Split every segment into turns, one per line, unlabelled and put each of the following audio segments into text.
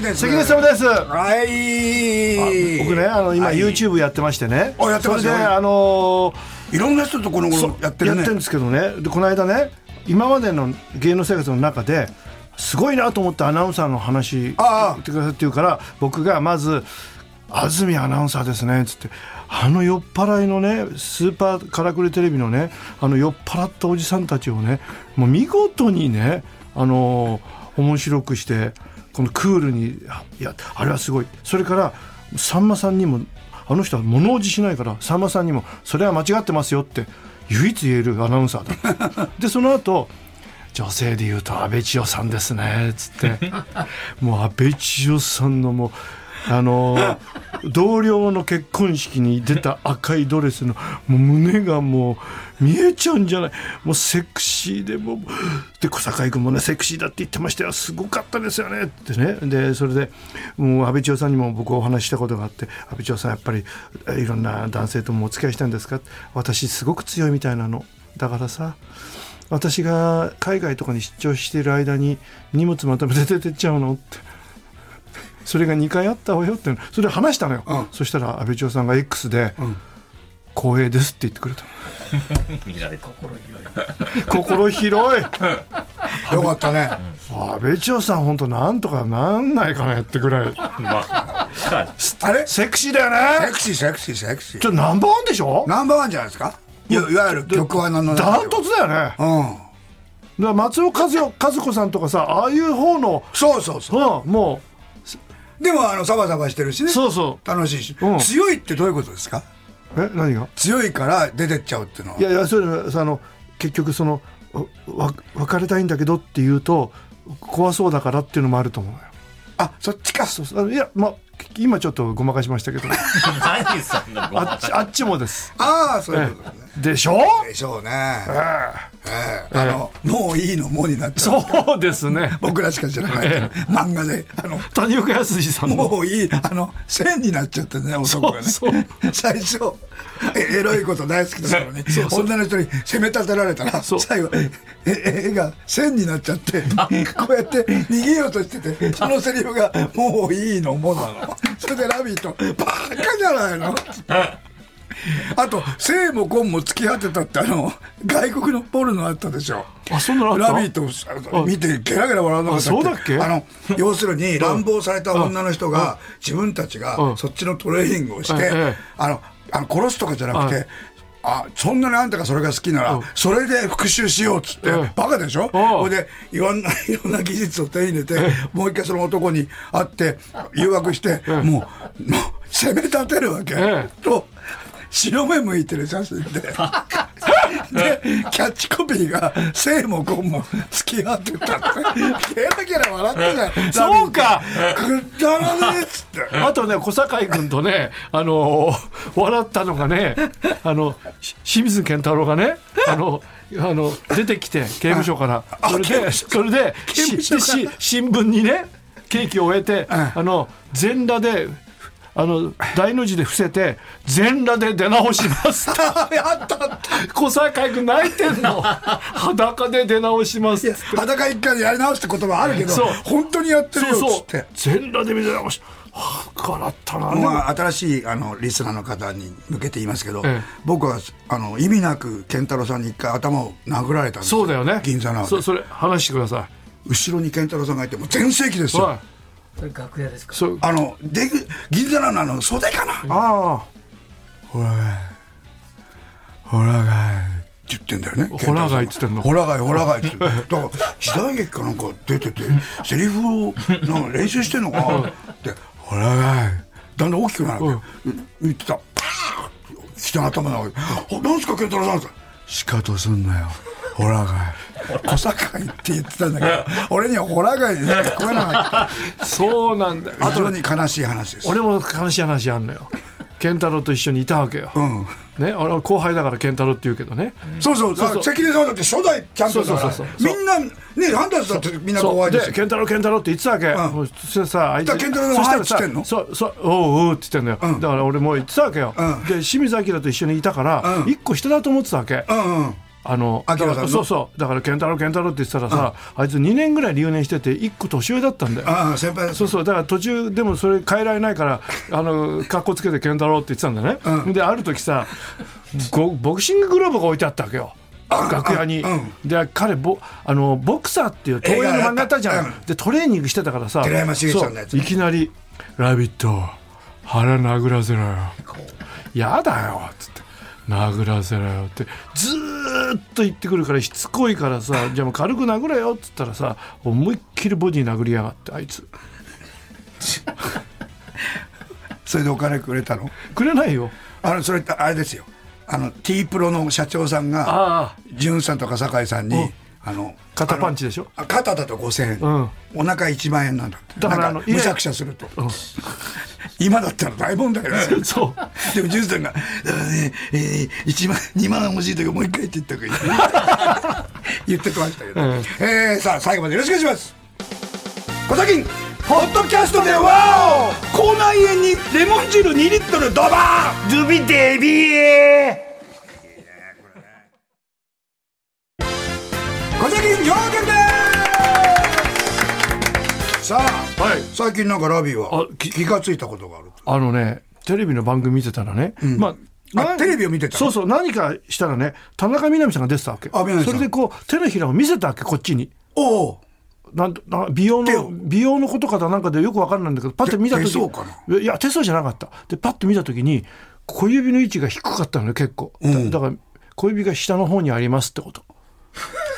です
関口様です
はい
僕ねあの今
はい
YouTube やってましてね
あやってますよ
それであのー
いろんな人とこの
そう
頃やってるね
んですけどねでこの間ね今までの芸能生活の中ですごいなと思ったアナウンサーの話
ああ
言ってくださいって言うから僕がまず「安住アナウンサーですね」っつってあの酔っ払いのねスーパーからくりテレビのねあの酔っ払ったおじさんたちをねもう見事にねあのー面白くしてこのクールにあいやあれはすごいそれからさんまさんにもあの人は物おじしないからさんまさんにも「それは間違ってますよ」って唯一言えるアナウンサーだでその後女性で言うと安倍千代さんですねつって もう安倍千代さんのもうあのー同僚の結婚式に出た赤いドレスのもう胸がもう見えちゃうんじゃないもうセクシーでもうで小堺君もねセクシーだって言ってましたよすごかったですよねってねでそれでもう安倍千代さんにも僕お話ししたことがあって安倍千代さんやっぱりえいろんな男性ともお付き合いしたんですか私すごく強いみたいなのだからさ私が海外とかに出張している間に荷物まとめて出てっちゃうのってそれが2回あったわよってそれで話したのよ、
うん
そしたら安倍長さんが X で
ん
「光栄です」って言ってくれた
見られた
心広い
よかったね
安倍長さん本当なんとかなんないかなやってくらい
まあさ
あれセ
セクシーだよね
クシーセクシーセクシ
ち
ー
ょナンバーワンでしょ
ナンバーワンじゃないですかいわいわゆる曲は何の
ダントツだよねだか
うん
ら松尾和代和子さんとかさああいう方の、
そうそうそう
うん、も
でもあのサバサバしてるしね
うそうそ
楽しいし、
うん
強いってどういうことですか
うえ何が
強いから出てっちゃうっていうのはい
やいやそれあの結局そのわわ別れたいんだけどって言うと怖そうだからっていうのもあると思うよ
あそっちか
そうそうあのいやまあ今ちょっとごまかしました けど
何そんなご
あ
ま
っ
か
ち
し
あっちもです
ああそういうことね
でしょ
でしょうねええあの「もういいのも」になっちゃう
そうで すね
僕らしか知らないけど漫画であの
谷岡康二さんの
もういいあの線になっちゃってね男がね
そうそう
最初えエロいこと大好きだったのに女の人に責め立てられたら
そう
最後ええ絵が線になっちゃ ってこうやって逃げようとしててそのセリフが「もういいのも」なのそれで「ラビット!」バカじゃないのあと「性も根も突き果てた」ってあの外国のポルノあったでしょ
あそんなのあった
ラビットを見てゲラゲラ笑わなかった
あそうだっけ
あの 要するに乱暴された女の人が自分たち
う
が
ん
そっちのトレーニングをして
うんうん
あのあの殺すとかじゃなく
う
て
ん
あそんなにあんたがそれが好きな
う
ら
ん
それで復讐しようっつって
うん
バカでしょ
うん
ほいでいろんな いろんな技術を手に入れてもう一回その男に会って誘惑してもうもう攻め立てるわけ
ええ
と白目向いてる写真で。で、キャッチコピーが、生もゴンも付き合ってたって。ゲラゲラ笑ってたよ。
そうか
くだらねえっつって。
あとね小堺君とねあのー笑ったのがねあのし清水健太郎がねあのあの出てきて刑務所から
あ
それ
刑務
で
所
それで
刑務所から
しし新聞にねケーキを終え
ん
てあの全裸であの大の字で伏せて全裸で出直しますって
あ やったあった。
小堺君泣いてんの裸で出直します
い
っ
や
て、
裸一回でやり直すって言葉あるけど
そう、
本当にやってるよっつ
そ
っ
う
て。
全裸で出直しはあ笑ったな、
まあ、新しいあのリスナーの方に向けて言いますけど、
ええ
僕はあの意味なく健太郎さんに一回頭を殴られたんです
そうだよね
銀座の
そそれ話してください
後ろに健太郎さんがいてもう全盛期です
は
よ
い
それ楽屋ですか
そう
あので銀座のあの袖かな
あ
ほらほらがいって言ってんだよね
ほらがいっつってんの
ほらがいほらがいってだから時代劇かなんか出ててセリフをなんか練習してんのかなってほらがいだんだん大きくなるわけ言ってたパーンって人の頭の中であ「なんすか健太郎さん」って仕方すんなよほらがい小堺って言ってたんだけど俺にはほらがいで聞こえなかっ
あそうなんだよ
た非常に悲しい話です
俺も悲しい話あんのよ健太郎と一緒にいたわけよ、
うん
ね、俺は後輩だから健太郎って言うけどね、
そうそう、だから関根さんだって初代チャンピオンだか
そうそうそう
ら、
そ
みんな、ね、ハンダーズだってみんな怖い
そ
うで
です
よ。
健太郎健太郎って言ってたわけ、
うん
もうそしたらさあいつ
だから健太郎の
そした
はいっつってんの
らさそうそうおうおうって言ってんだよ、
うん
だから俺もう言ってたわけよ、
うん
で清水明と一緒にいたから、
うん
一個下だと思ってたわけ、
うんうん。
あの
明さんの
だからそうそうだから健太郎健太郎って言ってたらさ、あいつ2年ぐらい留年してて1個年上だったんだよ
ああ先輩
そうそうだから途中でもそれ変えられないからあの格好つけて健太郎って言ってたんだね、である時さごボクシンググローブが置いてあったわけよ楽屋に、で彼ボあのボクサーっていう東映の漫画あったじゃん、
映画やった
でトレーニングしてたからさ
寺山修司さんのやつ
そういきなり「ラビット腹殴らせろよ」やだよ」っつって「殴らせろよ」ってずーっと言ってくるからしつこいからさ「じゃあもう軽く殴れよ」っつったらさ思いっきりボディ殴りやがってあいつ
それでお金くれたの
く れないよ
あのそれってあれですよあの T プロの社長さんが
ああ
潤さんとか酒井さんにあの
肩パンチでしょ
あのあ肩だと5000円、お腹1万円なんだって
だから
なん
あの
むしゃくしゃすると、 今だったら大問題だよね
そう
でも潤さんが「だからね、えー、1万2万欲しい時もう一回」って言った方がいい 言ってましたけど、
うん
えーさあ最後までよろしくお願いします小崎ポッドキャストでは口内炎にレモン汁2リットルドバー
ドゥビデビー
小崎洋介ですさあ、
はい
最近なんかラビーは
あき
気がついたことがある
あのねテレビの番組見てたらね、まあ
あ
な
テレビを見てた
そうそう何かしたらね田中みな実さんが出てたわけ
あみな実さ
そ
ん
れでこう手のひらを見せたわけこっちに
おお
なんとな美容
手を
の美容のことかなんかでよくわかんないんだけどパッて見た
手
時
手相か
いや手相じゃなかったでパッて見た時に小指の位置が低かったのね結構だ,、だから小指が下の方にありますってこと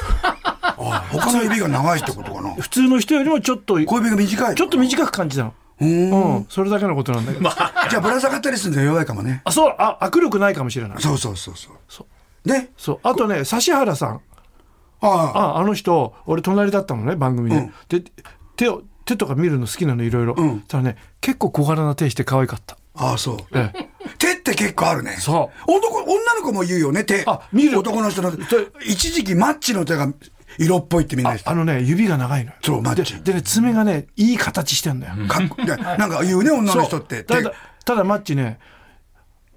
他の指が長いってことかな
普通の人よりもちょっと
小指が短い
ちょっと短く感じたのうん、それだけのことなんだけど、
じゃあぶら下がったりするの弱いかもね
あそうあ握力ないかもしれない
そうそうそうそう
そ
ね
そうあとね指原さん
ああ
ああの人俺隣だったのね番組で、で手を手とか見るの好きなのいろいろ、
ん
ただね結構小柄な手して可愛かった、
ああそう
ええ、
手って結構あるね
そう
男女の子も言うよね手
あ見る
男の人の一時期マッチの手が色っぽいってみんな言ってた
あのね指が長いのよ
そうマッ
で
チ
でね爪がねいい形してんだよ、
かっこいやなんか言うね女の人って
た
手
だただマッチね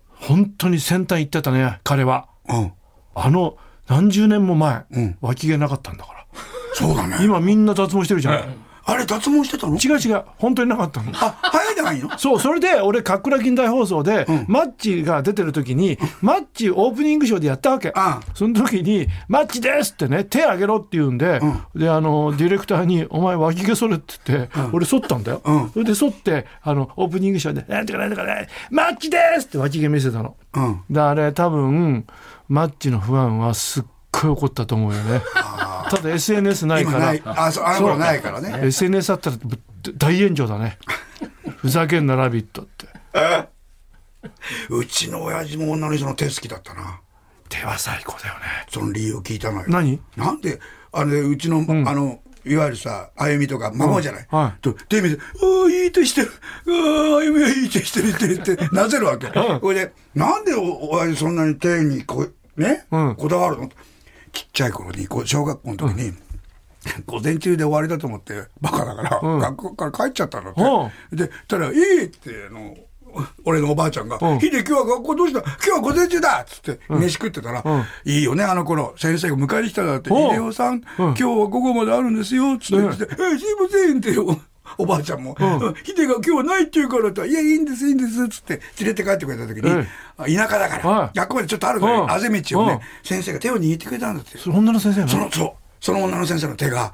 本当に先端行ってたね彼は
うん
あの何十年も前、
ん
脇毛なかったんだから
そうだね
今みんな脱毛してるじゃない、
あれ脱毛してたの
違う違う本当になかったの
あ生えてないの
そう、それで俺、かっくら近代放送で、マッチが出てる時に、マッチオープニングショーでやったわけ
ああ。
その時に、マッチですってね、手あげろって言うんで、で、あの、ディレクターに、お前脇毛剃れって言って、俺剃ったんだよ。それで剃って、あの、オープニングショーで、なんとかなんとかね、マッチですって脇毛見せたの。
うん
で、あれ多分、マッチの不安はすっごい怒ったと思うよね。ただ SNS ない
今
か
な
ら
い。あそうあの頃ないからね
SNS あったらぶ大炎上 だねふざけんな「ラビット!」って
うちの親父も女の人の手好きだったな。
手は最高だよね
その理由を聞いたのよ。
何
なんで、あれ、うちの、あの、いわゆるさ、あゆみとか孫じゃない。
うんはい
と、手見て、ああ、いい手してる。ああ、あゆみはいい手してるって 言って、なぜるわけ。これで、なんでお、おやじそんなに手にこう、ね、
うん
こだわるのちっちゃい頃に、こう小学校の時に、午前中で終わりだと思って、バカだから、学校から帰っちゃったのって。で、たら、いいって、あの、俺のおばあちゃんが、
うん
ヒデ今日は学校どうした今日は午前中だっつって、飯食ってたら、
ん
いいよね、あの頃、先生が迎えに来たらって、
うん
ヒデオさん、今日は午後まであるんですよ、つって言って、え、すいませんってお、おばあちゃんも、うんヒデが今日はないって言うからって、いや、いいんです、いいんです、つって、連れて帰ってくれた時に、
え
田舎だから、
はい
学校までちょっとあるから、
うん
あぜ道をね、
うん
先生が手を握ってくれたんだって。
それ女の先生
そ
なの
の、そう。その女の先生の手が、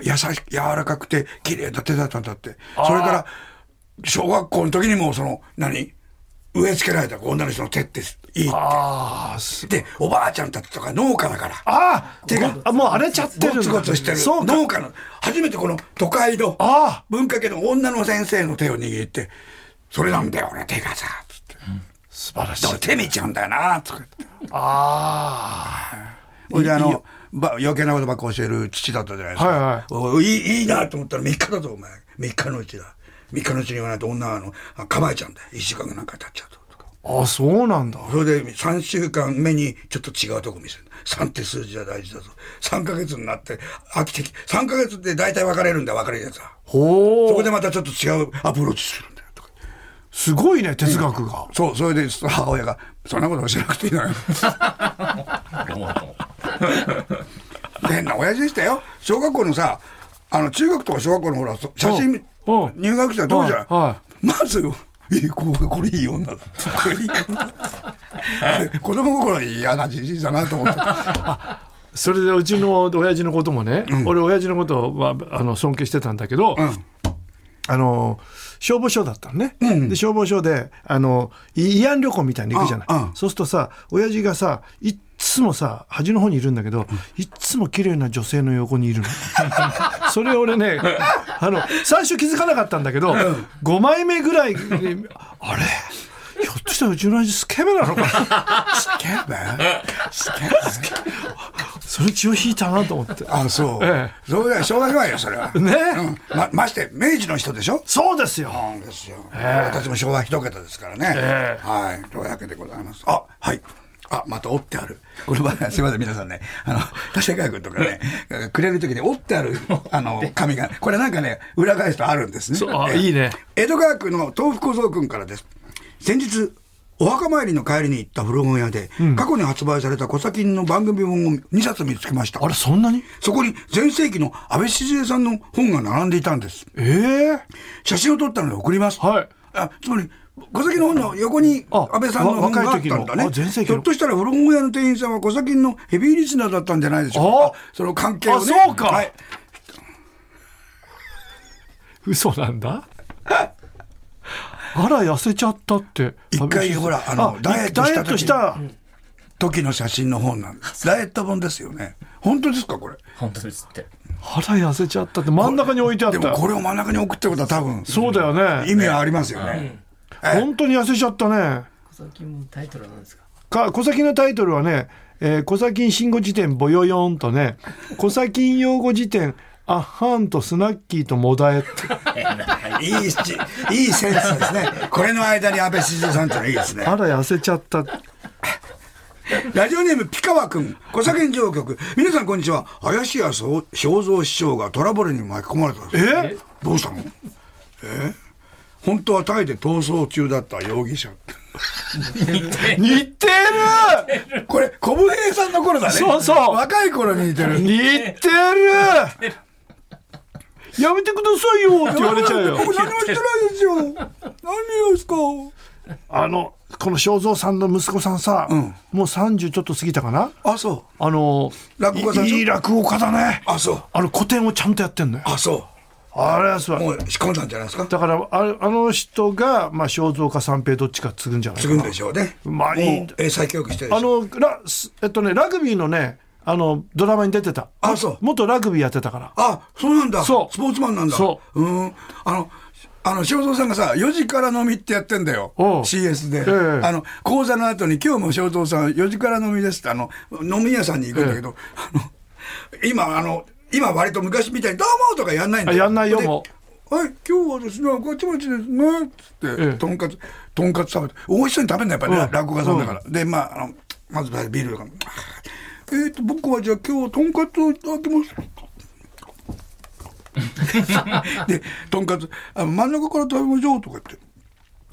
優しく、柔らかくて、綺麗な手だったんだって。それから、小学校の時にも、その、何植え付けられた女の人の手っていいっ
あーす
て、おばあちゃんたちとか農家だから、
あー
手が
あもう荒れちゃってるんだ
ゴツゴツしてる
そうか
農家の、初めてこの都会の
あ
文化系の女の先生の手を握って、それなんだよ、俺手がさ、つって。
素晴らしい
だから手見ちゃうんだよな、とか言って。
あ
ほいであのば余計なことばっか教える父だったじゃないですか、
はいはい
おいいいいなと思ったら3日だぞお前3日のうちだ3日のうちに言わないと女はあのあ構えちゃうんだよ1週間なんか経っちゃうととか
ーあそうなんだ
それで3週間目にちょっと違うとこ見せる3って数字は大事だぞ3ヶ月になって飽きてき3ヶ月で大体別れるんだ別れるやつは
ほ
そこ
ー
でまたちょっと違うアプローチするんだよとか
すごいね哲学が、
そうそれで母親が「そんなこと教えなくていいのよ」
どうもどうも
変な親父でしたよ。小学校のさ、あの、中学とか小学校のほら、そ写真
おう、
入学したらどうじゃん。
は
まず、え、こうこれいい 女だ。これいい女だ。子供心に嫌なじじいだなと思って。
それでうちの親父のこともね、俺親父のことはあの尊敬してたんだけど、
ん
あの消防署だったのね、で消防署であの慰安旅行みたいに行くじゃない、
うんうん
そうするとさ親父がさいっつもさ端の方にいるんだけど、いっつも綺麗な女性の横にいるの それ俺ねあの最初気づかなかったんだけど、5枚目ぐらいにあれひょっとしたらうちの親父スケベなのかな
スケベスケベ
それ血を引いたなと思って。
あ、そう。
え
そうだよ、しょうがないわよ、それは。
ね
うん。ま、まして、明治の人でしょ
そうですよ。
そうなんですよ。私も昭和一桁ですからね。
え
はい。というわけでございます。あ、はい。あ、また折ってある。これは、すみません、皆さんね。あの、田瀬川君とかね、くれる時に折って ある、あの、紙が、これなんかね、裏返すとあるんですね。
そうあ
ええ
いいね。
江戸川区の豆腐小僧君からです。先日、お墓参りの帰りに行った古本屋で、過去に発売された小崎の番組本を2冊見つけました。
あれ、そんなに
そこに全盛期の安倍静江さんの本が並んでいたんです。
ええ
写真を撮ったので送ります。
はい
あつまり、小崎の本の横に
あ
安倍さんの
わ
本があ
若
っ
い時
た
の
んだね。
あ全盛期
ひ
の
ょっとしたら古本屋の店員さんは小崎のヘビーリスナーだったんじゃないでしょうか。
あ
あその関係をね。
あそうか
はい。
嘘なん だあら、痩せちゃったって。
一回ほらあのダイエットした時に
ダイエットした。
時の写真の本なんです。ダイエット本ですよね。本当ですか、これ。
本当ですって。
あら、痩せちゃったって真ん中に置いてあっ
でも
た。
これを真ん中に送ってことは多分、
そうだよ
意
ね。
味はありますよね。
本当に痩せちゃったね。
最近もタイトルなんですか。
か小崎のタイトルはね「えー、小崎慎吾辞典ぼよよん」とね 「小崎用語辞典あっはんとスナッキーともだえ」って
いいし、いいセンスですね。これの間に安倍静江さんっていうのいいですね。
あら痩せちゃった
ラジオネームピカワ君、小酒上局。皆さんこんにちは。林家正蔵師匠がトラブルに巻き込まれたんです。
え
どうしたのえ本当はタイで逃走中だった容疑者。
似てる
これ、小文平さんの頃だね。
そうそう
若い頃に似 てる。
似てるやめてくださいよって言われちゃうよ
僕何もしてないですよ。何ですか
あのこの正蔵さんの息子さんさ、
ん
もう30ちょっと過ぎたかな
あ、そ
あの
落語家さんでしょ
いいい落語家だね
う。あ、そう。
あの古典をちゃんとやってんのよ
あ、そ
あれはすご
う。
い
もう仕込んだんじゃないですか。
だからああの人が、まあ、肖像か三平どっちか継ぐんじゃない
継
か
ぐん
な
でしょうね。
まあいい
もう英才教育してるで
あ
しょ。
のラスえっとねラグビーのねあのドラマに出てた
あそう
元ラグビーやってたから
あ、そうなんだ。
そう
スポーツマンなんだ。。
そう
ん。あの、あの、正蔵さんがさ、4時から飲みってやってんだよ。
おう
CS で。
ええ
あの、講座の後に、今日も正蔵さん4時から飲みですって、あの、飲み屋さんに行くんだけど、あの、今、あの、今割と昔みたいに、どうもとかやんないんだ
あ
よ。
やんないよ
で
も
はい、今日はですね、こっちもちですね、つっ
え
て、とんかつ、とんかつ食べて、美味しそうに食べるのやっぱりね、
うん
落語家さんだから。で、まあ、あの、まずビールが、えーと、僕はじゃあ今日、とんかつをいただきます。で、とんかつ、あの真ん中から食べましょうとか言って、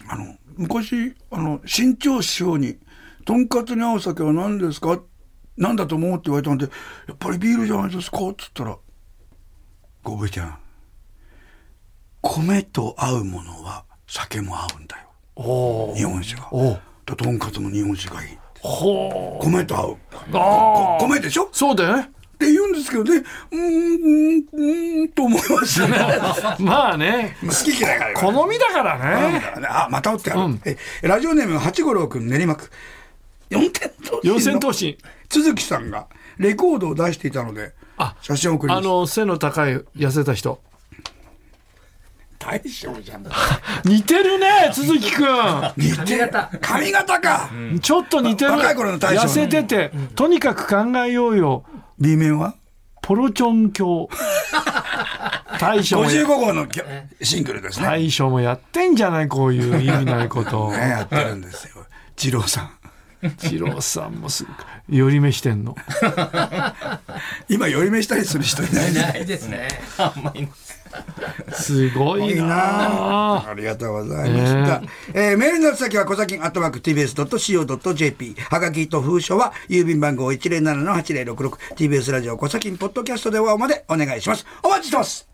あの、昔、あの、新潮師匠に、とんかつに合う酒は何ですか何だと思うって言われたんで、やっぱりビールじゃないですかっつったら、ごぶちゃん、米と合うものは酒も合うんだよ。
お
日本酒が。
おう
だとんかつも日本酒がいい。
ほう
米と合う。
あ
こ米でしょ
そうだよね
って言うんですけどね、うーん、うーん、うーん、と思いました ね。
まあね
好き嫌いがあるから
好みだからね
あ、またおってある、えラジオネーム八五郎くん練馬区。四千頭身の
四千頭身
鈴木さんがレコードを出していたので
あ、
写真を送り
あ
ます。
の背の高い痩せた人
大将じゃん。
似てるね鈴木く ん
似てる髪型か。
ちょっと似てる
若い頃の大将
痩せててとにかく考えようよ
B 面は
ポロチョン教 大将
五
も
十五号のきょシングルですね。ね
大将もやってんじゃないこういう意味ないこと
やってるんですよ。次郎さん。
二郎さんもすぐ寄り目して んの
今寄り目したりする人いないね
ないですね。あんまり。
すごい
いい
なあ
なありがとうございました。えーメールの宛先は、小崎アットマーク tbs.co.jp。はがきと封書は、郵便番号107-8066。tbs ラジオ小崎ポッドキャストではまでお願いします。お待ちしてます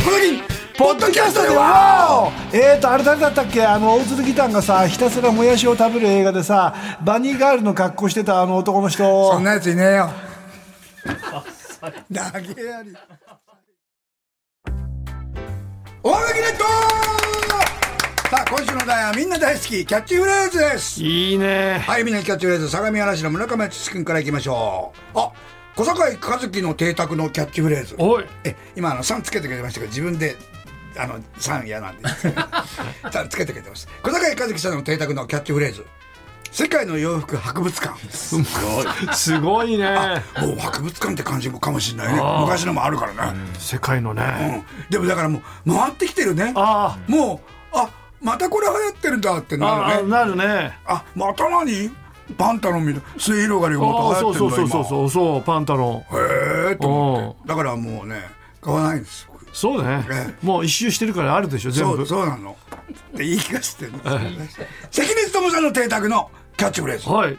小崎ポッドキャストでは
えーとあれ誰だったっけあの大鶴ギタンがさひたすらもやしを食べる映画でさバニーガールの格好してたあの男の
そ
人
んなやついねえよ。投げやり。大垣ネットさあ、今週の題はみんな大好き、キャッチフレーズです。
いいね
はい、みんなキャッチフレーズ、相模原市の村上敦君からいきましょう。あ、小坂井和樹の邸宅のキャッチフレーズ。
おい
え、今、あの、さんつけてくれましたけど、自分で、あの、さん嫌なんで、 さんつけてくれてます。小坂井和樹さんの邸宅のキャッチフレーズ。世界の洋服博物館。す
すごいね
もう博物館って感じもかもしれないね。昔のもあるからね。
世界の
うん
ね、
でもだからもう、回ってきてるね。
あ
もう、あ、またこれ流行ってるんだって
あ
な
あ
るね。
なるね
あ、また何パンタロンみたいな。末広がりが
あ
ま
あ
た流
そ
行っ
う
てる
そ
ん
う
だ
そうそうそうそうパンタロン
今へえと思って。だからもうね、買わないんです。僕
そうね
え
もう一周してるからあるでしょ全
そ
部
う、そうなの。って言い聞かせてるんですよね。関根勤さんの邸宅のキャッチフレーズ。
はい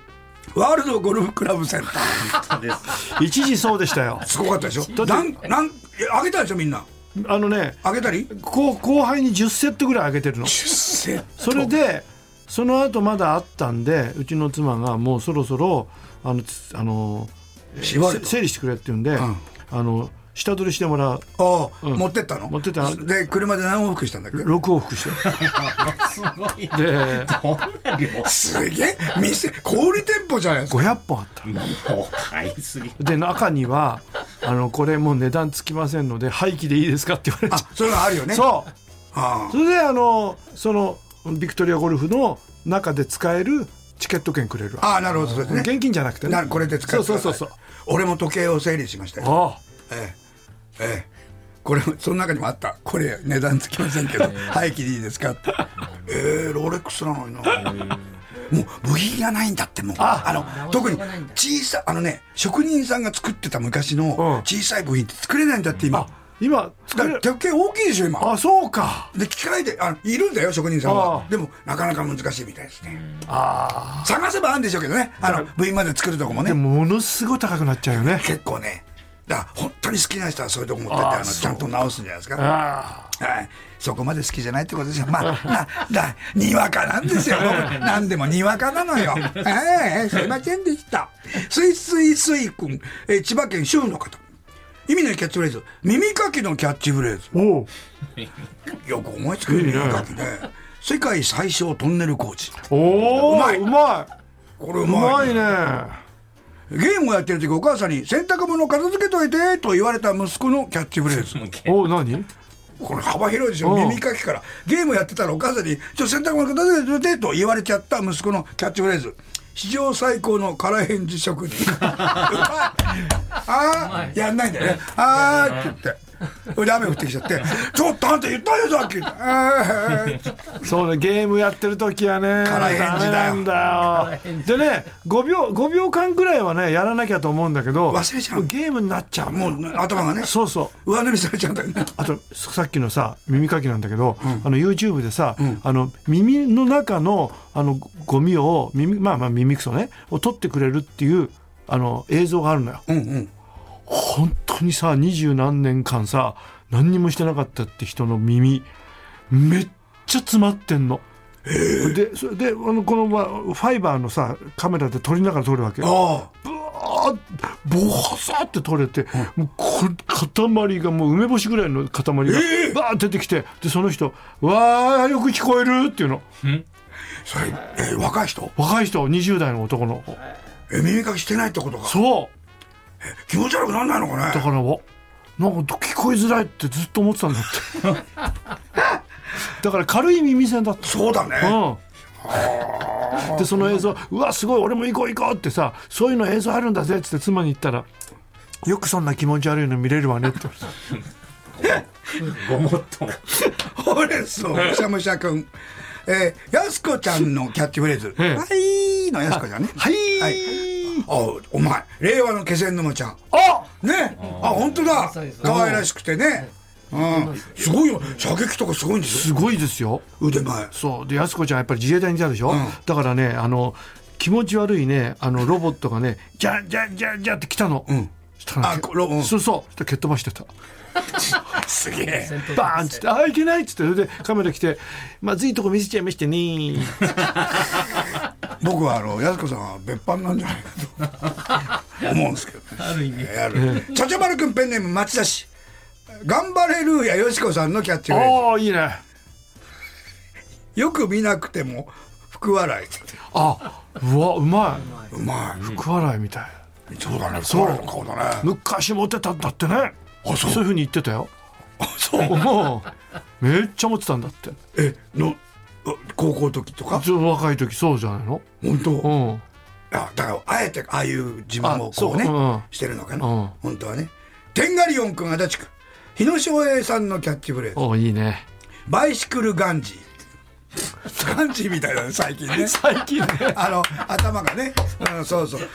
ワールドゴルフクラブセンター。
一時そうでしたよ
すごかったでしょ
だって
なん、なん、いやあげたでしょみんな。
あのね
あげたり
こう後輩に10セットぐらいあげてるの
出世。
それでその後まだあったんでうちの妻がもうそろそろあのつあの
縛
せ
ると。
整理してくれって言うんで、
ん
あの下取りしてもらう
ああ、
うん
持ってったの
持ってった
で、車で何往復したんだっけ
6往復して
すごい。
で
どんな 量
すげえ店、小売店舗じゃないですか。
500本あった
もう買いすぎ。
で中にはあのこれもう値段つきませんので廃棄でいいですかって言われて
あ、そういうのあるよね。
そう
あ
それであのそのビクトリアゴルフの中で使えるチケット券くれるわ
ああ、なるほど、そうですね。
現金じゃなくて
なるこれで使ってくださ
そう
い
そうそうそう
俺も時計を整理しましたよ。
あ
ええ。ええ。これも、その中にもあった。これ、値段つきませんけど、廃棄でいいですかって。ええ、ロレックスなのにな。もう部品がないんだってもうあの特に
直しようがないんだ
小さいあのね職人さんが作ってた昔の小さい部品って作れないんだって今、
あ今作
だ
れ
から時
る
計大きいでしょ今
あそうか
で機械であいるんだよ職人さんは
ああ
でもなかなか難しいみたいですね
あ
探せばあるんでしょうけどねあの部員まで作るとこも
あで
ね
もものすごい高くなっちゃうよね
結構ねだから本当に好きな人はそういうとこ持ってって
ああ
あのちゃんと直すんじゃないですか
あ
はいそこまで好きじゃないってことですよまあなだにわかなんです よ僕何でもにわかなのよええすいませんでしたすいすいすいくんえー千葉県主婦の方意味のないキャッチフレーズ耳かきのキャッチフレーズ
あおう
よく思いつくよね
いいね
耳かきね世界最小トンネル工事
おー
うまいう
ま
これう
いうま
まい
いね
ゲームをやってる時お母さんに洗濯物片付けといてと言われた息子のキャッチフレーズ
おう何
これ幅広いでしょ
うん
耳かきからゲームやってたらお母さんに「ちょ洗濯物片付けといて」と言われちゃった息子のキャッチフレーズ史上最高の空返事 職人うまいあーやんないんだよねあーって言ってそれで雨降ってきちゃって「ちょっとあんた言ったよさっき」あー
そうねゲームやってる時はね
辛い返事だよ
ダメなんだよでね5秒5秒間ぐらいはねやらなきゃと思うんだけど
忘れちゃう
ゲームになっちゃう
もう頭がね
そうそう
上塗りされちゃうんだよね
あとさっきのさ耳かきなんだけど、あの YouTube でさ、あの耳の中のあのゴゴミを耳まあまあ耳くそねを取ってくれるっていうあの映像があるのよ。
うんうん
本当にさ二十何年間さ何にもしてなかったって人の耳めっちゃ詰まってんの。でそれであのこのまあファイバーのさカメラで撮りながら撮るわけよ。
あ
ブワーッボサって取れて、もうこ塊がもう梅干しぐらいの塊が
ええ
バーッて出てきてでその人「わあよく聞こえる」っていうの
あそれ、えー若い人
若い人20代の男の子
え耳かきしてないってことか
そう
気持ち悪くなんないのかね
だからわなんか聞こえづらいってずっと思ってたんだって だから軽い耳栓だった
そうだね、
うん、でその映像「うわすごい俺も行こう行こう」ってさ「そういうの映像あるんだぜ」っつって妻に言ったら「よくそんな気持ち悪いの見れるわね」って言われた
ごもっとも。
ほ うれん草むしゃむしゃくんえー、やすこちゃんのキャッチフレーズ「
ええ
はい」のやす子じゃね。
はい、
あ、お前、令和の気仙沼ちゃん。
あ
ね、あ、本当だ
そうです。
可愛らしくてね。うん、すごいよ。射撃とかすごいんですよ。
すごいですよ
腕前。
そうで安子ちゃんやっぱり自衛隊にいたでしょ、
うん
だからねあの気持ち悪いねあのロボットがね「じゃんじゃんじゃんじゃん」って来たの、
ん
したらね
あこロうん
そうそうしたら蹴っ飛ばしてた
すげえ。
バーンっつって「あいけない」っつってそれでカメラ来て「まずいとこ見せちゃいましてねー」
僕はあのやす子さんは別班なんじゃないか と思うんですけど、ね、ある意味あるちゃちゃまるくんペンネーム町田市頑張れルーやよしこさんのキャッチフレー
ああいいね
ズよく見なくても福笑い
あうわうまいう
まい、
福笑いみたい
そうだね福笑いの顔だね
昔モテたんだってね
あそ
そ
う
いう
う
ふうに言ってたよ
あそう
もうめっちゃモテたんだって
えのあ高校の時とか
ちょっと若い時そうじゃないの
本当、
うん
あだからあえてああいう自分を
あそ
こ
う
うね
うん
してるのかな、
うん
本当はねテンガリオンくん足立区日野翔平さんのキャッチフレーズ
おいいね
バイシクルガンジー。ガンジーみたいだね、最近ね。
最近ね
あの、頭がね、うん、そうそう。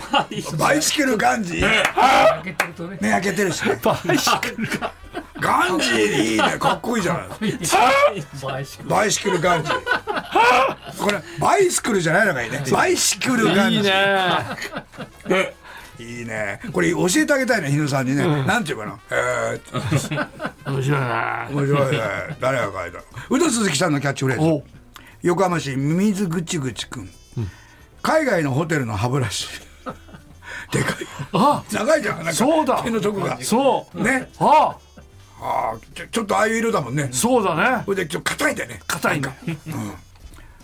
バイシクルガンジー。
開けてるとね
ね、焼けてるしね。
バイシクル
ガンジーいいね、かっこいいじゃない。
バイシクル
バイシクルガンジー。これ、バイスクルじゃないのがいいね。バイシクルガンジ
いい
ー。
ね
いいね。これ教えてあげたいね、日野さんにね。なんていうかな。えー、
面白いな
面白いね。誰が書いたの。宇都鈴木さんのキャッチフレーズ。
お
横浜市ミ水ぐちぐちくん、海外のホテルの歯ブ ラシでかい
あ
長いじゃんなんか
そうだ
毛のとこが
そう
ね
あ
あーちょちょっとああいう色だもんねそ
そうだね
れでちょっと硬いんだよね
硬いね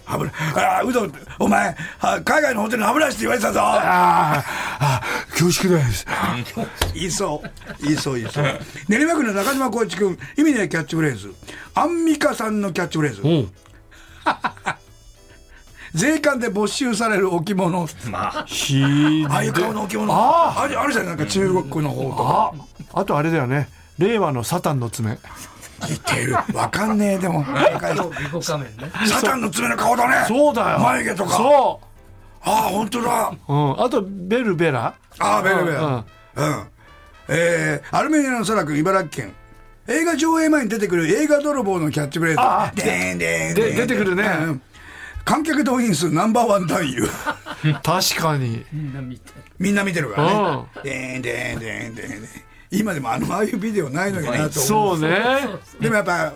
歯ブラシああうどんお前は海外のホテルの歯ブラシって言われてたぞ
ああ恐縮です
言いそう言いそう言いそう練馬区の中島浩一君意味ないキャッチフレーズアンミカさんのキャッチフレーズ、
ん
税関で没収される置物
まあ
ひー
ああいう顔の置物
あ
あれあるじゃんなんか中国の方とか
ああとあれだよね令和のサタンの爪
似てるわかんねえで も若い人
ビゴ仮面ね
サタンの爪の顔だね
そうだよ
眉毛とかあ
そ
あ本当だ
う、うん、あとベルベラ
ああベルベル
う
うんん、えー、アルメニアの空くん茨城県映画上映前に出てくる映画泥棒のキャッチフレー
ああ
ズでんでん
で
でん
出てくるね
うん観客動員数ナンバーワン男優
確かに
みんな見て
みんな見てるからねでんでんでんでんでん今でもあのああいうビデオないのになと思う
そうね
でもやっぱ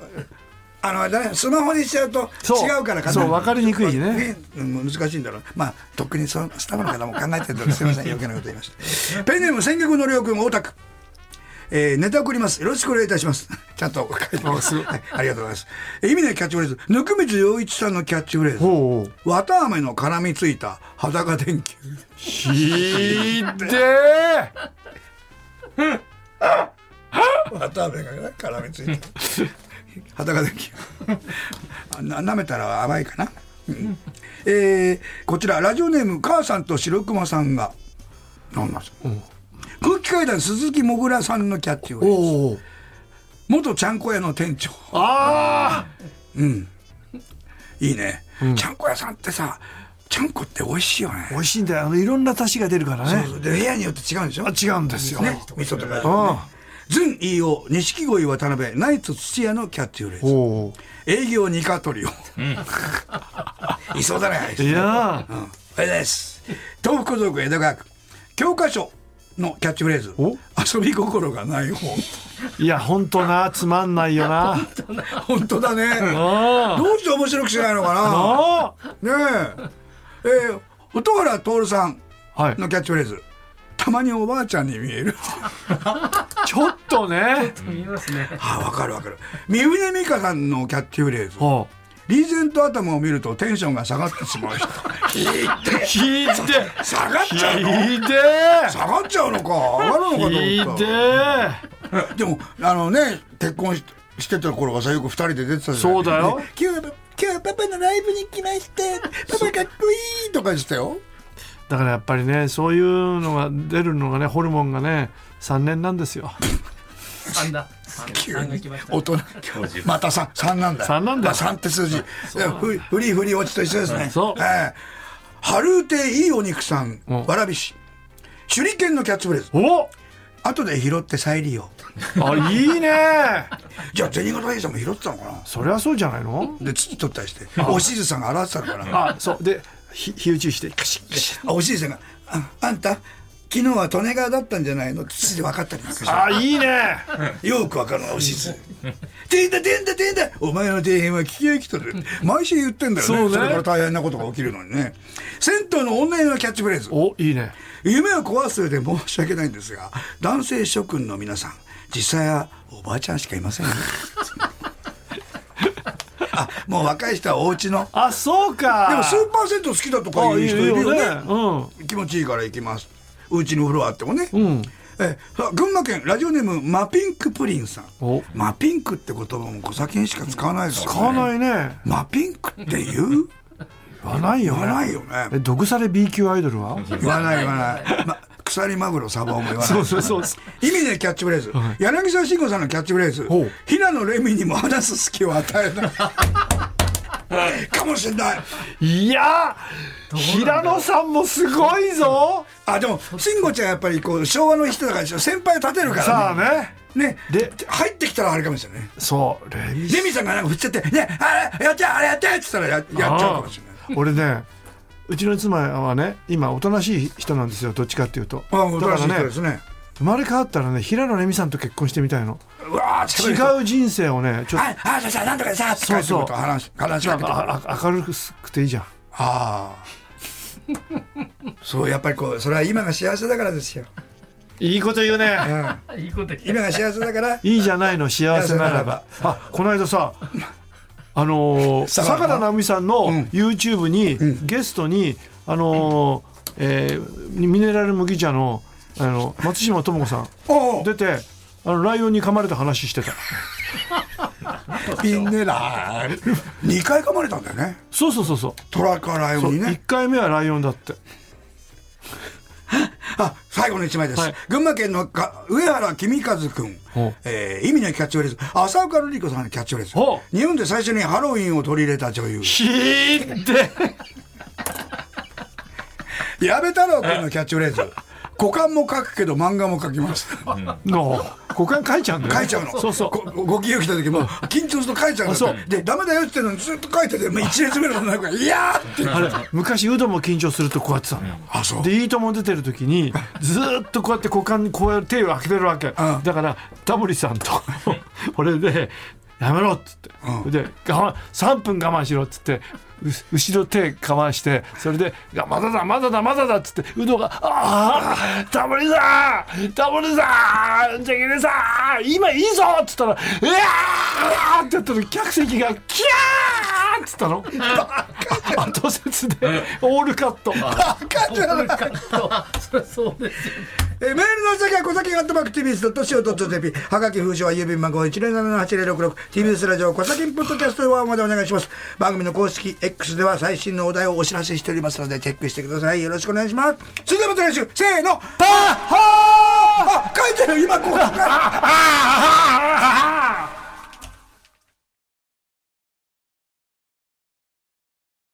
あのあれだねスマホにしちゃうと
そう
違うから
そう分かりにくいね
うん難しいんだろうまあとっくにそのスタッフの方も考えてるとす みません余計なこと言いましたペンネーム千脚のりょうくん大田区えー、ネタ送りますよろしくお願いいたします ちゃんと書いてますはいありがとうございますえー意味ないキャッチフレーズ温水洋一さんのキャッチフレーズ
ほう
綿飴の絡みついた裸電球
ひでえ
綿飴が絡みついて 裸電球あな舐めたら甘いかな、うんえーこちらラジオネーム母さんと白熊さんがなんなんですか空気階段鈴木もぐらさんのキャッチフレーズ
おお
元ちゃんこ屋の店長
あ
いいね、ちゃんこ屋さんってさちゃんこって美味しいよね
美味しいんだよあのいろんな出汁が出るからね
で部屋によって違うんでしょ
あ違うんですよ、
ね味噌と
うん
かずん飯尾錦鯉渡辺ナイツ土屋のキャッチフレーズ
おお
営業二課取りを、いそうだね
いや
うん、あれです東北道具江戸川区教科書のキャッチフレーズ
お
遊び心がない方
ーいや本当なつまんないよな
本当だ ね
あ
どうして面白くしないのか
あ
なねええー、音原徹さん
はい
のキャッチフレーズたまにおばあちゃんに見える
ちょっとね
見ますね
あわかるわかる三船美佳さんのキャッチフレーズ
ほ
リーゼント頭を見るとテンションが下がってしまう人ひいう
ひ で
下がっちゃうの
ひでえ
下がっちゃうのか上がるのかと思
ひ
っ
で
た
え
でもあのね結婚ししてた頃はさよく二人で出てたじゃない
そうだよ
ね今日は今日はパパのライブに来ましてパパかっこいいとかしてたよ
だからやっぱりねそういうのが出るのがねホルモンがね3年なんですよ
三だ三
急
三が
に
来ました
大人また三三なんだ
三なんだよ
まあ三って数字ふりふり落ちと一緒ですね
そう
ええ春うていいお肉さん、
うん
わらびし。手裏剣のキャッチフレーズ。
お
後で拾って再利用。
あいいね
じゃあ、銭形平さんも拾ってたのかな
そりゃそうじゃないの
で、土取ったりして、おしずさんが洗ってたのかな
あそうでひ火打ちしてカシッカシ
あおしずさんが、ああんた、昨日は利根川だったんじゃないの土で分かったりなんかして
ッあいいね
よくわかるな、おしず。てんだてんだてんだお前の底辺は聞き飽きとる。毎週言ってんだよね。
そうね
れから大変なことが起きるのにね。銭湯の女湯のキャッチフレーズ。
おいいね
夢を壊す上で申し訳ないんですが、男性諸君の皆さん、実際はおばあちゃんしかいませんよ。あ、もう若い人はお家の。
あそうか
でもスーパー銭湯好きだとかいう人いるよね。
うん
気持ちいいから行きます。うちにお風呂あってもね。えさ群馬県ラジオネームマピンクプリンさん
お
マピンクって言葉も小崎にしか使わないですよね
買わないね
マピンクって言う
言わないよね
言わないよね
え毒され B 級アイドルは
言わない言わない、ま、鎖マグロサバオも言わない
そうそうそう
意味でキャッチフレーズ、柳沢慎吾さんのキャッチフレーズ
ほう
平野レミにも話す隙を与 えないかもしれない
いや平野さんもすごいぞ
あでも慎吾ちゃんやっぱりこう昭和の人だから先輩立てるから
さ
ね
あね
ね
で
入ってきたらあれかもしれないね
そうレミ
レミさんがなんか振っちゃって「ねあれやっちゃうあれやっちゃう」っつったらややっちゃうかもしれない
俺ねうちの妻はね今おとなしい人なんですよどっちかっていうと
ああ、おと
だ
なし
か
い人
ら
で
ね
すね。
生まれ変わったらね平野レミさんと結婚してみたいの
うわあ、
違
違う。
う人生をねちょっ
あ、あ、じゃあさ、なんとかさ、
そうそう
とかってこと話、話しかけ
と
て。あ
ああ明るくていいじゃん
あ。そう、やっぱりこう、それは今が幸せだからですよ。
いいこと言うね
うん、
いいこと言って
今が幸せだから。
いいじゃないの幸せならばあこの間さあのー
相良
坂田直美さんの YouTube に、ゲストにあのーえーミネラル麦茶のあの松島智子さん
おお、
出てあのライオンに噛まれた話してた
ピンネラー。二回噛まれたんだよね。
そうそうそうそう
トラからライオンに
1
ね。
回目はライオンだって
あ、最後の一枚です。
はい
群馬県のか上原君和君。
お
えー、意味のキャッチフレーズ。浅岡瑠璃子さんのキャッチフレー
お
ズ。日本で最初にハロウィンを取り入れた女優。
ひーって
矢部太郎君のキャッチフレ ーズ。股間も書くけど漫画も書きます。
の股間書いちゃうんだよね
書いちゃうの。
そうそう
ごご機嫌来た時も、緊張すると書いちゃうんだって
そう
で、ダメだよって言ってんのにずっと書いてて、もう一列目のなんか、いやーって。
あれ昔ウドも緊張するとこうやってたのよ
あ、そう。
で「いいとも」出てる時 にずーっとこうやって股間にこうやって手を開けてるわけ、
ん
だからタモリさ んと俺で「やめろ」っつって、で我慢3分我慢しろっつってう後ろ手我慢してそれで「いやまだだまだだまだだ」っつってウドが「ああタモリさんタモリさんジャケネさん今いいぞ」っつったら「うわー!」ってやったら客席が「キャー!」っつっ たの後説でオールカット。
書いてある
そりゃそうですよ
えーメールの先は小崎アットマーク TBS.CO.JP はがき封書は郵便番号 107-8066TBS ラジオ小崎ポッドキャストワンまでお願いします番組の公式 X では最新のお題をお知らせしておりますのでチェックしてくださいよろしくお願いしますそれではまた来週せーのパーハーあ書いてる今ここ